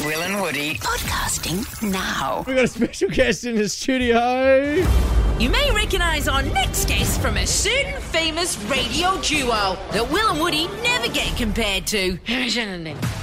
and Woody. Podcasting now. We got a special guest in the studio. You may recognise our next guest from a certain famous radio duo that Will and Woody never get compared to.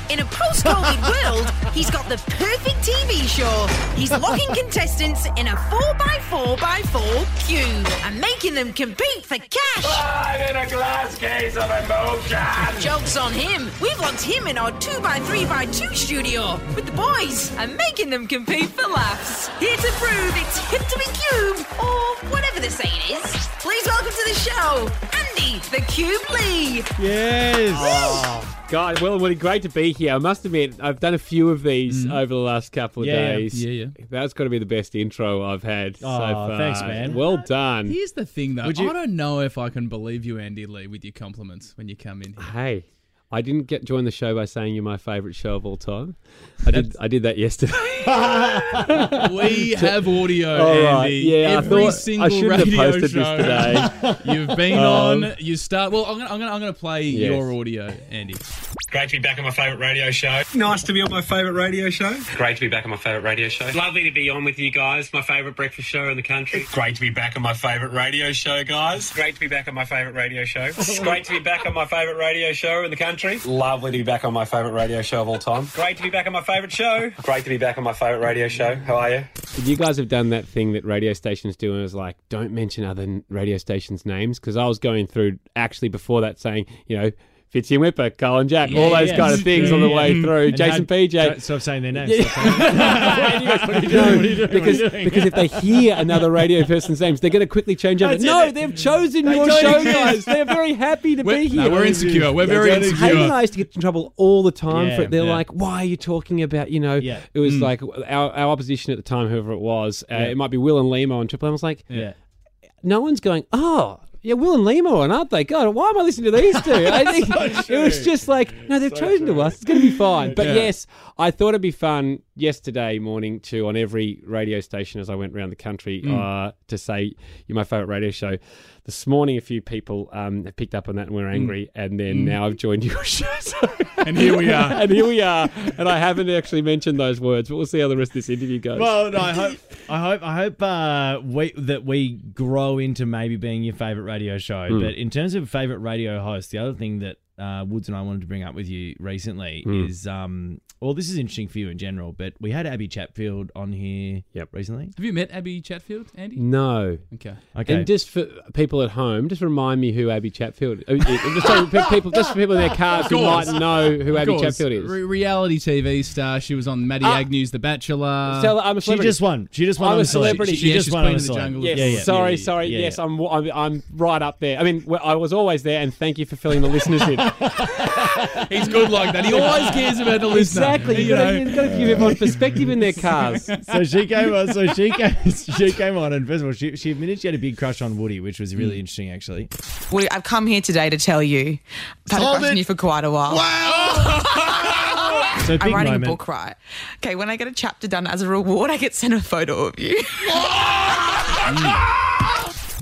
In a post COVID world, he's got the perfect TV show. He's locking contestants in a 4x4x4 cube and making them compete for cash. I'm in a glass case of emotion. Joke's on him. We've locked him in our 2x3x2 studio with the boys and making them compete for laughs. Here to prove it's hip to be cube or whatever the saying is. Please welcome to the show, Andy the Cube Lee. Yes. Oh, God, well, Woody, great to be here. I must admit, I've done a few of these over the last couple of Yeah, yeah. days. Mm-hmm. Yeah, yeah. Oh, That's got to be the best intro I've had so Aw, far. thanks, man. Well done. Here's the thing, though. Would you- I don't know if I can believe you, Andy Lee, with your compliments when you come in. Here. Hey, I didn't get join the show by saying you're my favourite show of all time. I did. I did that yesterday. We have audio, All Andy. right, Yeah, Every I thought single I shouldn't have radio posted show this today. You've been Um, on. You start. Well, I'm gonna, I'm gonna, I'm gonna play Yes. your audio, Andy. Great to be back on my favourite radio show. Nice to be on my favourite radio show. Great to be back on my favourite radio show. Lovely to be on with you guys, my favourite breakfast show in the country. Great to be back on my favourite radio show, guys. Great to be back on my favourite radio show. Great to be back on my favourite radio show in the country. Lovely to be back on my favourite radio show of all time. Great to be back on my favourite show. Great to be back on my favourite radio show. How are you? You guys have done that thing that radio stations do, and it was like, don't mention other n- radio stations' names, because I was going through actually before that saying, you know, Fitzy and Whipper, Carl and Jack, all those yeah. kind of things Yeah, on the yeah. way through. And Jason don't- PJ. don't Stop saying their names. Stop saying- And you guys, what are you doing? What are you doing? Because, What are you doing? because if they hear another radio person's names, they're going to quickly change over. That's it. No, they've chosen your don't show, exist. guys. They're very happy to be We're, here. no, we're insecure. We're very don't exist. insecure. Hayden and I used to get in trouble all the time Yeah, for it. They're yeah. like, why are you talking about, you know, Yeah. it was like our, our opposition at the time, whoever it was, uh, it might be Will and Limo and Triple M. I was like, Yeah. no one's going, oh, yeah, Will and Limo, and aren't they? God, why am I listening to these two? I think it was just like, no, they've chosen to us. It's going to be fine. But yes, I thought it'd be fun yesterday morning to on every radio station as I went around the country Mm. uh, to say you're my favorite radio show. This morning, a few people um, have picked up on that and were angry, and then now I've joined your show. So- Mm. And here we are. and here we are. And I haven't actually mentioned those words, but we'll see how the rest of this interview goes. Well, no, I hope, I hope, I hope uh, we that we grow into maybe being your favorite radio show. Hmm. But in terms of favorite radio host, the other thing that uh, Woods and I wanted to bring up with you recently is, um, well, this is interesting for you in general. But we had Abby Chatfield on here Yep. recently. Have you met Abby Chatfield, Andy? no, Okay. Okay, And just for people at home, just remind me who Abby Chatfield is. Uh, uh, just, so pe- people, just for people in their cars who might course. know who Abby Of course, Chatfield is. Ah. Re- reality TV star. She was on Maddie Agnew's The Bachelor. Tell- I'm a she celebrity. just won. She just won. I'm on a the celeb. celebrity. She, Yeah, just she's won queen on the of the celeb. jungle. Yeah, Yes. yeah. sorry, yeah, sorry. yeah, yes, yeah. I'm, I'm I'm right up there. I mean, well, I was always there, and thank you for filling the listeners in. He's good like that. He always cares about the listener. exactly. You've You got, to, know. you've got to give everyone perspective in their cars. so she came on. So she came. She came on, and first of all, she, she admitted she had a big crush on Woody, which was Hmm. really interesting, actually. Woody, I've come here today to tell you I've had a crush on you for quite a while. So big I'm writing moment. a book, right? Okay, when I get a chapter done as a reward, I get sent a photo of you.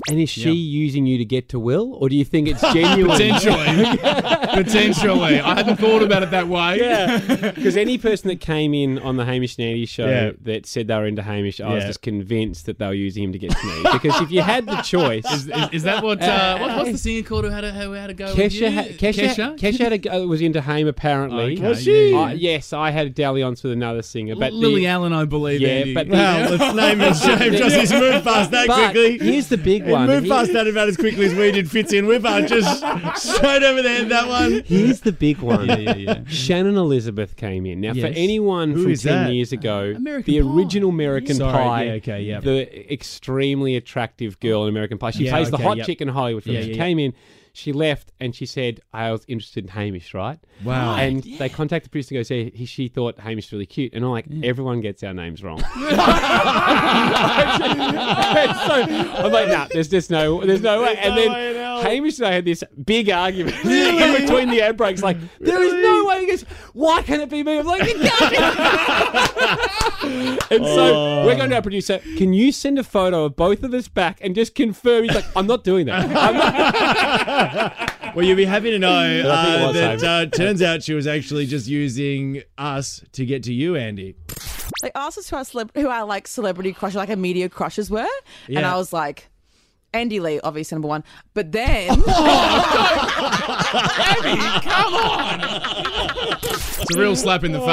And is she using you to get to Will, or do you think it's genuine? Potentially. Potentially. I hadn't thought about it that way. Because any person that came in on the Hamish and Andy show Yeah. that said they were into Hamish, I was Yeah. just convinced that they were using him to get to me. Because if you had the choice, Is, is that what, uh, what? What's the singer called who had a, who had a go? with you? Kesha, ha- Kesha, Kesha, had a go, was into Haim apparently. Okay, Was she? yeah, I- yeah. yes, I had a dalliance with another singer, but Lily the, Allen, I believe. Yeah, Andy. but- Wow, let's name and shame because he's moved past that But quickly. here's the big He one. moved He- past that about as quickly as we did Fitzy and Whipper. Just straight over the head, that one. Here's the big one. yeah, yeah. Shannon Elizabeth came in. Now, for Yes. anyone Who from ten is that? years ago, American the Pie. original American Sorry, Pie, yeah, okay, yeah. the extremely attractive girl in American Pie. She Yeah, plays the okay, hot yep. chick in Hollywood. Films. Yeah, she yeah, came in, she left, and she said, "I was interested in Hamish, right?" Wow. And they contacted the producer to go say he, she thought Hamish was really cute, and I'm like, everyone gets our names wrong. And so I'm like, nah, there's just no, there's no way. There's and no then way in hell. Hamish and I had this big argument in between the ad breaks. Like, there is no way. He goes, why can't it be me? I'm like, it can't be." and so we're going to our producer. Can you send a photo of both of us back and just confirm? He's like, I'm not doing that. I'm not. Well, you'll be happy to know I think it uh, was that Homer. uh, turns out she was actually just using us to get to you, Andy. They asked us who our, celeb- who our like celebrity crush, like our media crushes were, and Yeah. I was like, Andy Lee, obviously number one. But then It's a real slap in the Oh.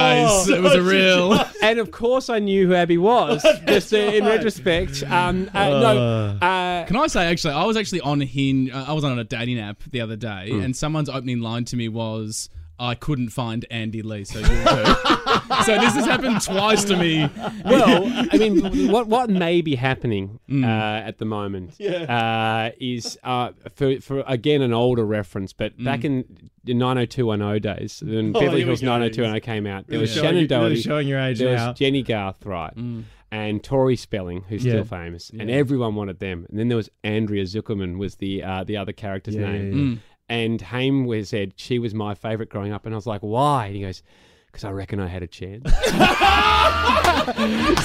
face. it was a real. and of course I knew who Abby was. just uh, in retrospect, um, uh, no, uh, Can I say actually, I was actually on Hinge. Uh, I was on a dating app the other day, Hmm. and someone's opening line to me was, "I couldn't find Andy Lee." So, you're her." so this has happened twice to me. well, I mean, what what may be happening Mm. uh, at the moment uh, is uh, for for again an older reference, but back in the 90210 days, when Beverly Mm. Oh, here we Hills go. 90210 came out, there was showing you- Shannon really Doherty, showing your age there now. Mm. was Jenny Garthright. And Tori Spelling, who's Yeah. still famous, and everyone wanted them. And then there was Andrea Zuckerman, was the uh, the other character's Yeah, name. Mm. yeah, yeah. And Haim was said she was my favorite growing up, and I was like, why? And he goes, because I reckon I had a chance.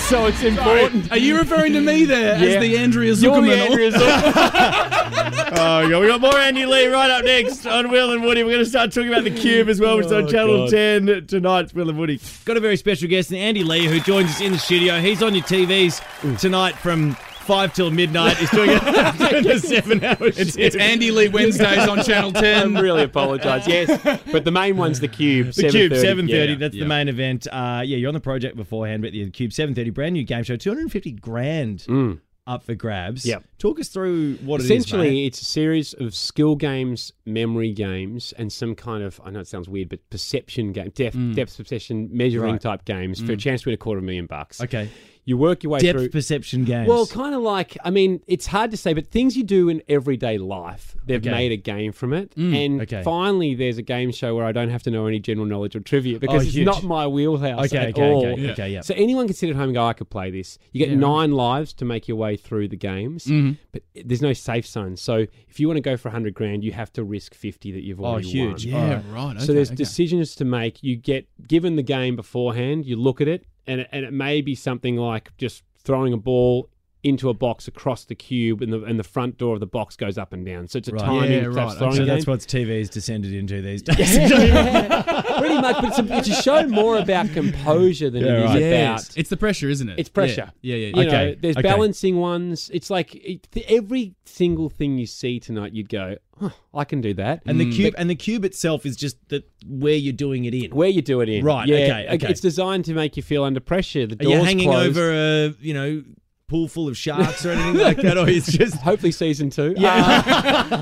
so it's important. Are you referring to me there Yeah. as the Oh, Andrea Zuckerman? You're the Andrea Zuckerman. Oh, yeah, we got more Andy Lee right up next on Will and Woody. We're going to start talking about the Cube as well, which is on Channel 10 tonight's Will and Woody. Got a very special guest, Andy Lee, who joins us in the studio. He's on your TVs tonight from five till midnight. He's doing a, doing a seven-hour shift. It's Andy Lee Wednesdays on Channel I Ten. really apologise. Yes, but the main one's the Cube. The Cube, 7.30, Yeah. that's the main event. Uh, yeah, you're on the project beforehand, but the Cube, 7.30, brand new game show, 250 grand up for grabs. Mm. Yep. Talk us through what it is, Essentially, mate. it's a series of skill games, memory games, and some kind of, I know it sounds weird, but perception game, depth, depth perception, measuring Mm. Right. Mm. type games for a chance to win a quarter of a million bucks. Okay. You work your way Depth through. perception games. Well, kind of like, I mean, it's hard to say, but things you do in everyday life, they've Okay. Mm, made a game from it. and okay. finally, there's a game show where I don't have to know any general knowledge or trivia because it's Oh, huge. not my wheelhouse Okay, at okay, all. okay, Yeah. okay, yeah. So anyone can sit at home and go, I could play this. You get nine lives to make your way through the games, Mm-hmm. but there's no safe zone. So if you want to go for 100 grand, you have to risk 50 that you've oh, already won. huge. All Yeah, right. right. So okay, there's okay. decisions to make. You get given the game beforehand. You look at it, and it, and it may be something like just throwing a ball into a box across the cube, and the and the front door of the box goes up and down. So it's a Right. timing Yeah, type right. throwing So game. that's what TV's descended into these days. Pretty much, but it's a, it's a show more about composure than Yeah, it is right. about. Yes. It's the pressure, isn't it? It's pressure. Yeah, yeah, yeah. You yeah. know, Okay, there's okay. balancing ones. It's like it, every single thing you see tonight, you'd go, "Huh, I can do that. And the cube and the cube itself is just that where you're doing it in. where you do it in, Right, Yeah, okay, like, okay. It's designed to make you feel under pressure. The Are you door's hanging closed. over a you know pool full of sharks or anything like that, or it's just Hopefully, season two.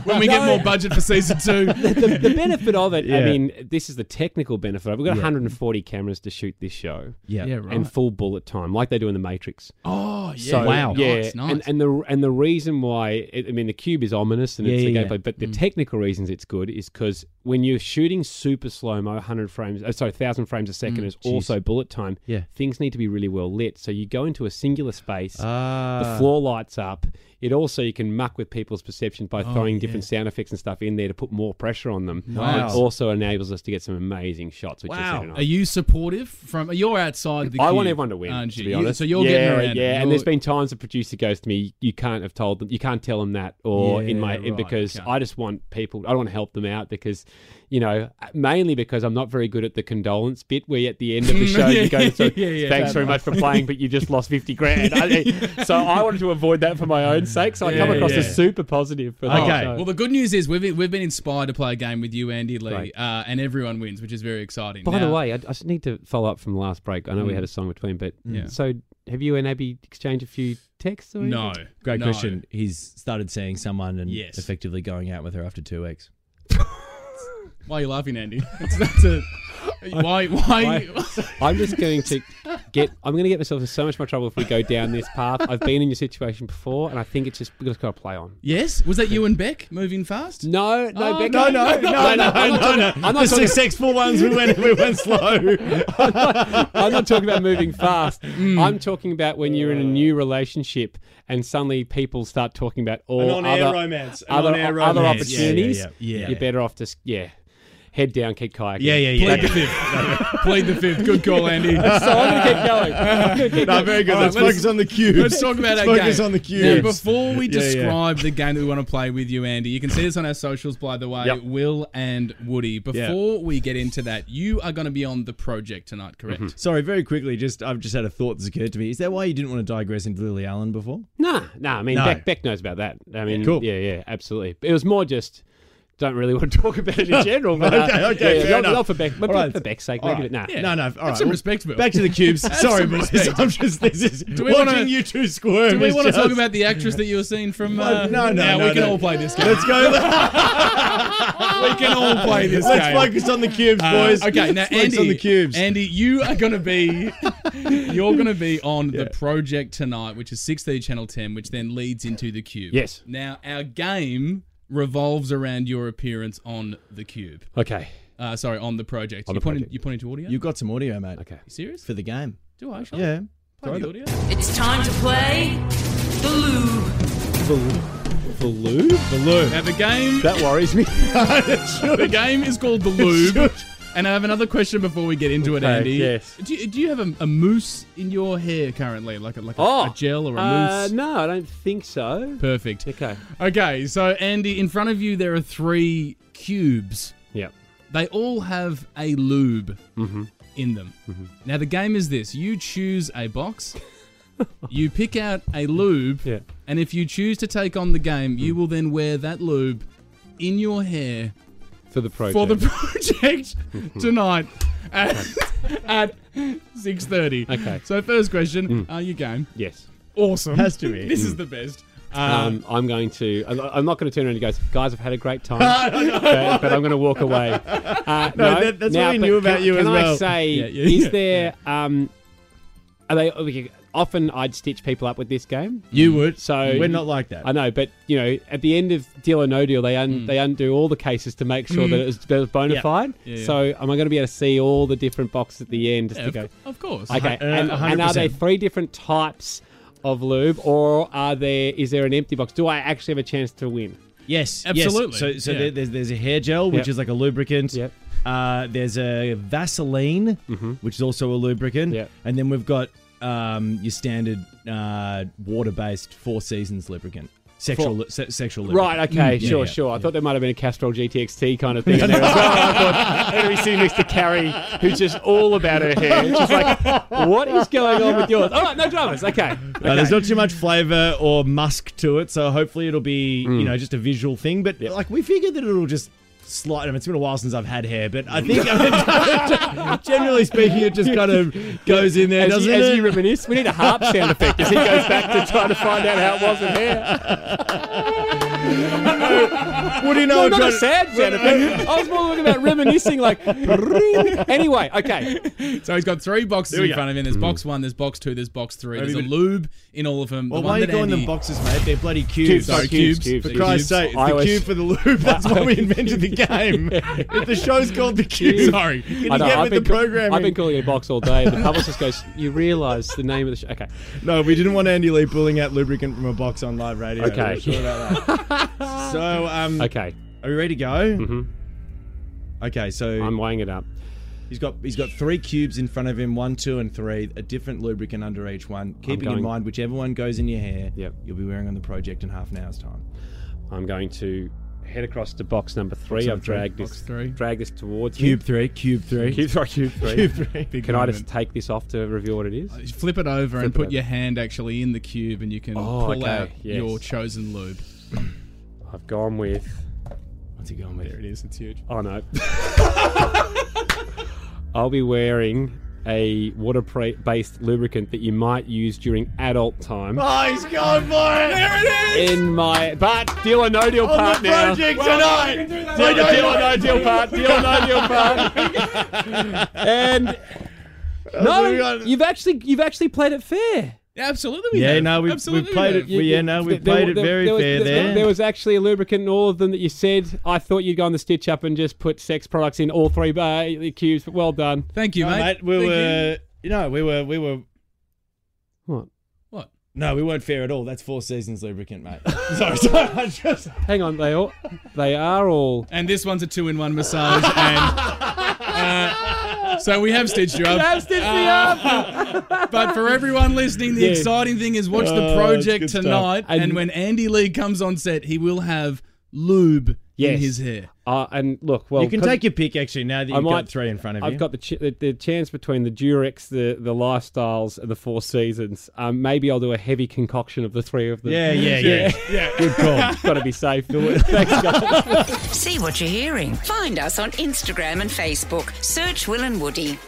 When we get more budget for season two, Uh, the, the benefit of it, I Yeah. mean, this is the technical benefit. of it. We've got 140 cameras to shoot this show yeah. yeah, right. and full bullet time, like they do in The Matrix. oh, yeah. So, Wow. Yeah, Nice, nice. And, and the and the reason why it, I mean the cube is ominous and it's Yeah, the yeah, yeah. gameplay, but Mm. the technical reasons it's good is because when you're shooting super slow mo, hundred frames, oh, sorry, thousand frames a second Mm. is also bullet time. Yeah. things need to be really well lit. So you go into a singular space, the Ah. floor lights up. It also you can muck with people's perceptions by Oh, throwing different sound effects and stuff in there to put more pressure on them. Wow. It also enables us to get some amazing shots. Which Wow. Is second Are you supportive from? You're outside the. I queue, want everyone to win, aren't to you? be You- honest. So you're yeah, getting around. it. Yeah, and You're- there's been times the producer goes to me, "You can't have told them, you can't tell them that," or in my Yeah, right, because okay. I just want people. I want to help them out because, you know, mainly because I'm not very good at the condolence bit where at the end of the show you go, so, yeah, yeah, "Thanks very much for playing, but you just lost fifty grand." I, eh, so I wanted to avoid that for my own sake. So I come Yeah, across yeah. as super positive. For the Okay. show. Well, the good news is we've we've been inspired to play a game with you, Andy Lee, Right. uh, and everyone wins, which is very exciting. By the Now- Mm. way, I, I just need to follow up from last break. I know we had a song between, but Yeah. so have you and Abby exchanged a few texts? Or anything? no, Great no. question. He's started seeing someone and Yes. effectively going out with her after two weeks. Why are you laughing, Andy? It's, that's a, why? Why? I'm just going to get. I'm going to get myself in so much more trouble if we go down this path. I've been in your situation before, and I think it's just we just got to play on. yes, was that you and Beck moving fast? No, no, Oh, Becca. no, no, no, no, I'm not no, talking- no. I'm not the talking- successful ones we went we went slow. I'm not talking about moving fast. Mm. I'm talking about when you're in a new relationship and suddenly people start talking about all on-air other romance, an other, on-air other romance. Yeah, yeah, opportunities. yeah, yeah. You're better off just yeah. head down, keep kayaking. Yeah, yeah, yeah. Plead the fifth. Plead the fifth. Good call, Andy. So I'm gonna keep going. I'm gonna keep No, going. very good. All right, let's, let's- focus on the cubes. Let's talk about let's our focus game. on the Now, cubes. before we Yeah, yeah. describe the game that we want to play with you, Andy, you can see this on our socials, by the way. Yep. Will and Woody. Yeah. Before we get into that, you are going to be on the project tonight, correct? Sorry, very quickly. Just I've just had a thought that's occurred to me. Is that why you didn't want to digress into Lily Allen before? Nah, nah. I mean, No. Beck, Beck knows about that. I mean, yeah, Cool. yeah, absolutely. It was more just don't really want to talk about it in general. But, uh, Okay, okay, yeah, fair not, enough. not for Beck, but All right. for Beck's sake, All maybe. right. Nah, Yeah. No, no. All right. some well, respect, Will. Back to the cubes. Sorry, some boys. respect. I'm just this is we watching wanna- you two squirm. Do we is want to just- talk about the actress that you were seeing from? Uh, Well, no, no, Now no, we can no. all play this game. Let's go. we can all play this Let's game. focus on the cubes, Uh, boys. okay, now Let's focus Andy, on the cubes. Andy, you are going to be, you're going to be on the project tonight, which is 6:30 Channel 10, which then leads into the Cube. Yes. Now our game revolves around your appearance on the Cube. Okay, Uh, sorry, on the project. On you the pointing, project. you pointing to audio. You got some audio, mate. okay. you serious? For the game. Do I? Shall I Yeah. Play the audio. It's time to play the loo. Baloo? Baloo. Now the game, That worries me. the game is called the Lube. And I have another question before we get into it, Okay, Andy. yes. Do you, do you have a, a mousse in your hair currently, like a, like a, Oh, a gel or a uh, mousse? no, I don't think so. Perfect. Okay. Okay, so Andy, in front of you there are three cubes. Yep. They all have a lube Mm-hmm. in them. Now the game is this: you choose a box, you pick out a lube, Yeah. Mm. and if you choose to take on the game, you will then wear that lube in your hair For the project. for the project tonight at, at six thirty. Okay. So first question: Are you game? yes. Awesome. Has to be. This is the best. Uh, Um, I'm going to. I'm- I'm not going to turn around and go, guys. I've had a great time, but, but I'm going to walk away. Uh, No, that- that's what we but knew about can, you can as I well. say, Yeah, yeah, is yeah. there? Um, are they okay, often? I'd stitch people up with this game. You would. So- Uh, we're not like that. I know, but you know, at the end of Deal or No Deal, they un- they undo all the cases to make sure that it was, that it was bona Mm. Yeah. fide. Yeah, yeah. So, am I going to be able to see all the different boxes at the end just to Of, go? of course. Okay, Uh, and, and are there 100%. three different types of lube, or are there? Is there an empty box? Do I actually have a chance to win? Yes, yes. Absolutely, So, so yeah. there, there's there's a hair gel, which Yep. is like a lubricant. Yep. Uh, there's a Vaseline, which is also a lubricant. Yep. And then we've got um, your standard uh, water-based Four Seasons lubricant, sexual lu- se- sexual lubricant. Right, okay, yeah, sure, yeah, sure. I thought there might have been a Castrol GTXT kind of thing in there as well. I thought, I'm going to be sitting next to Carrie, who's just all about her hair. She's like, what is going on with yours? All right, no dramas. Okay. Uh, there's not too much flavour or musk to it, so hopefully it'll be Mm. you know just a visual thing. But like we figured that it'll just slide. I mean, it's been a while since I've had hair, but I think generally speaking, it just kind of goes in there, As doesn't you, it? as you reminisce, we need a harp sound effect as he goes back to trying to find out how it wasn't hair. What do you know? No, I'm not trying a to- sad sound effect. I was more looking about reminiscing, like, "Ring." anyway, okay. So he's got three boxes There we in go. front of him. There's box one, there's box two, there's box three. There's a Maybe- lube in all of them. Well, the why one are you that going Andy, them boxes, mate? They're bloody Cubes, cubes. sorry, cubes, cubes. For Cubes. Christ's sake, it's I the always- cube for the loop. That's why we invented the game. If the show's called the cube, Sorry. Can you I know, get I've, with the been, programming? I've been calling it a box all day, and the publicist goes, you realise the name of the show. Okay. No, we didn't want Andy Lee pulling out lubricant from a box on live radio. Okay. We're sure about that. so, um, Okay. Mm-hmm. are we ready to go? Okay, so I'm weighing it up. he's got he's got three cubes in front of him, one, two, and three, a different lubricant under each one. Keeping going- in mind whichever one goes in your hair, Yep. you'll be wearing on the project in half an hour's time. I'm going to head across to box number three. I've number three. dragged Box this three. drag this towards me. Cube three, cube three, Cube three. Cube three. Cube three. Can I just take this off to review what it is? Flip it over and it put over. your hand actually in the cube, and you can Oh, pull okay, out yes. your chosen lube. I've gone with. What's he going with? There it is. It's huge. Oh no. I'll be wearing a water-based lubricant that you might use during adult time Oh, he's going for it! There it is! in my but deal or no deal part now. tonight! Deal, deal or no deal part. Deal or no deal part. and no, you've actually you've actually played it fair. Absolutely. we Yeah, have. no, we've, Absolutely we've played it. have. We, yeah, no, we've played it very was, fair there. There was actually a lubricant in all of them that you said. I thought you'd go on the stitch up and just put sex products in all three uh, cubes. Well done. Thank you, No, mate. mate, we Thank you. were, you know, we were, we were, What? What? No, we weren't fair at all. That's four seasons lubricant, mate. sorry, sorry. I just Hang on, they all they are all And this one's a two in one massage. and uh, So we have stitched you up. Uh, But for everyone listening, the Yeah. exciting thing is watch the Oh, project that's good stuff. tonight. And, And- when Andy Lee comes on set, he will have lube in Yes. his hair. Uh, and look, well, You can 'cause take your pick actually now that I you've got might- three in front of you. I've got the, ch- the the chance between the Durex, the the lifestyles, and the Four Seasons. Um, maybe I'll do a heavy concoction of the three of them. Yeah, yeah, yeah. yeah. Good call. got to be safe. Thanks, guys. See what you're hearing. Find us on Instagram and Facebook. Search Will and Woody.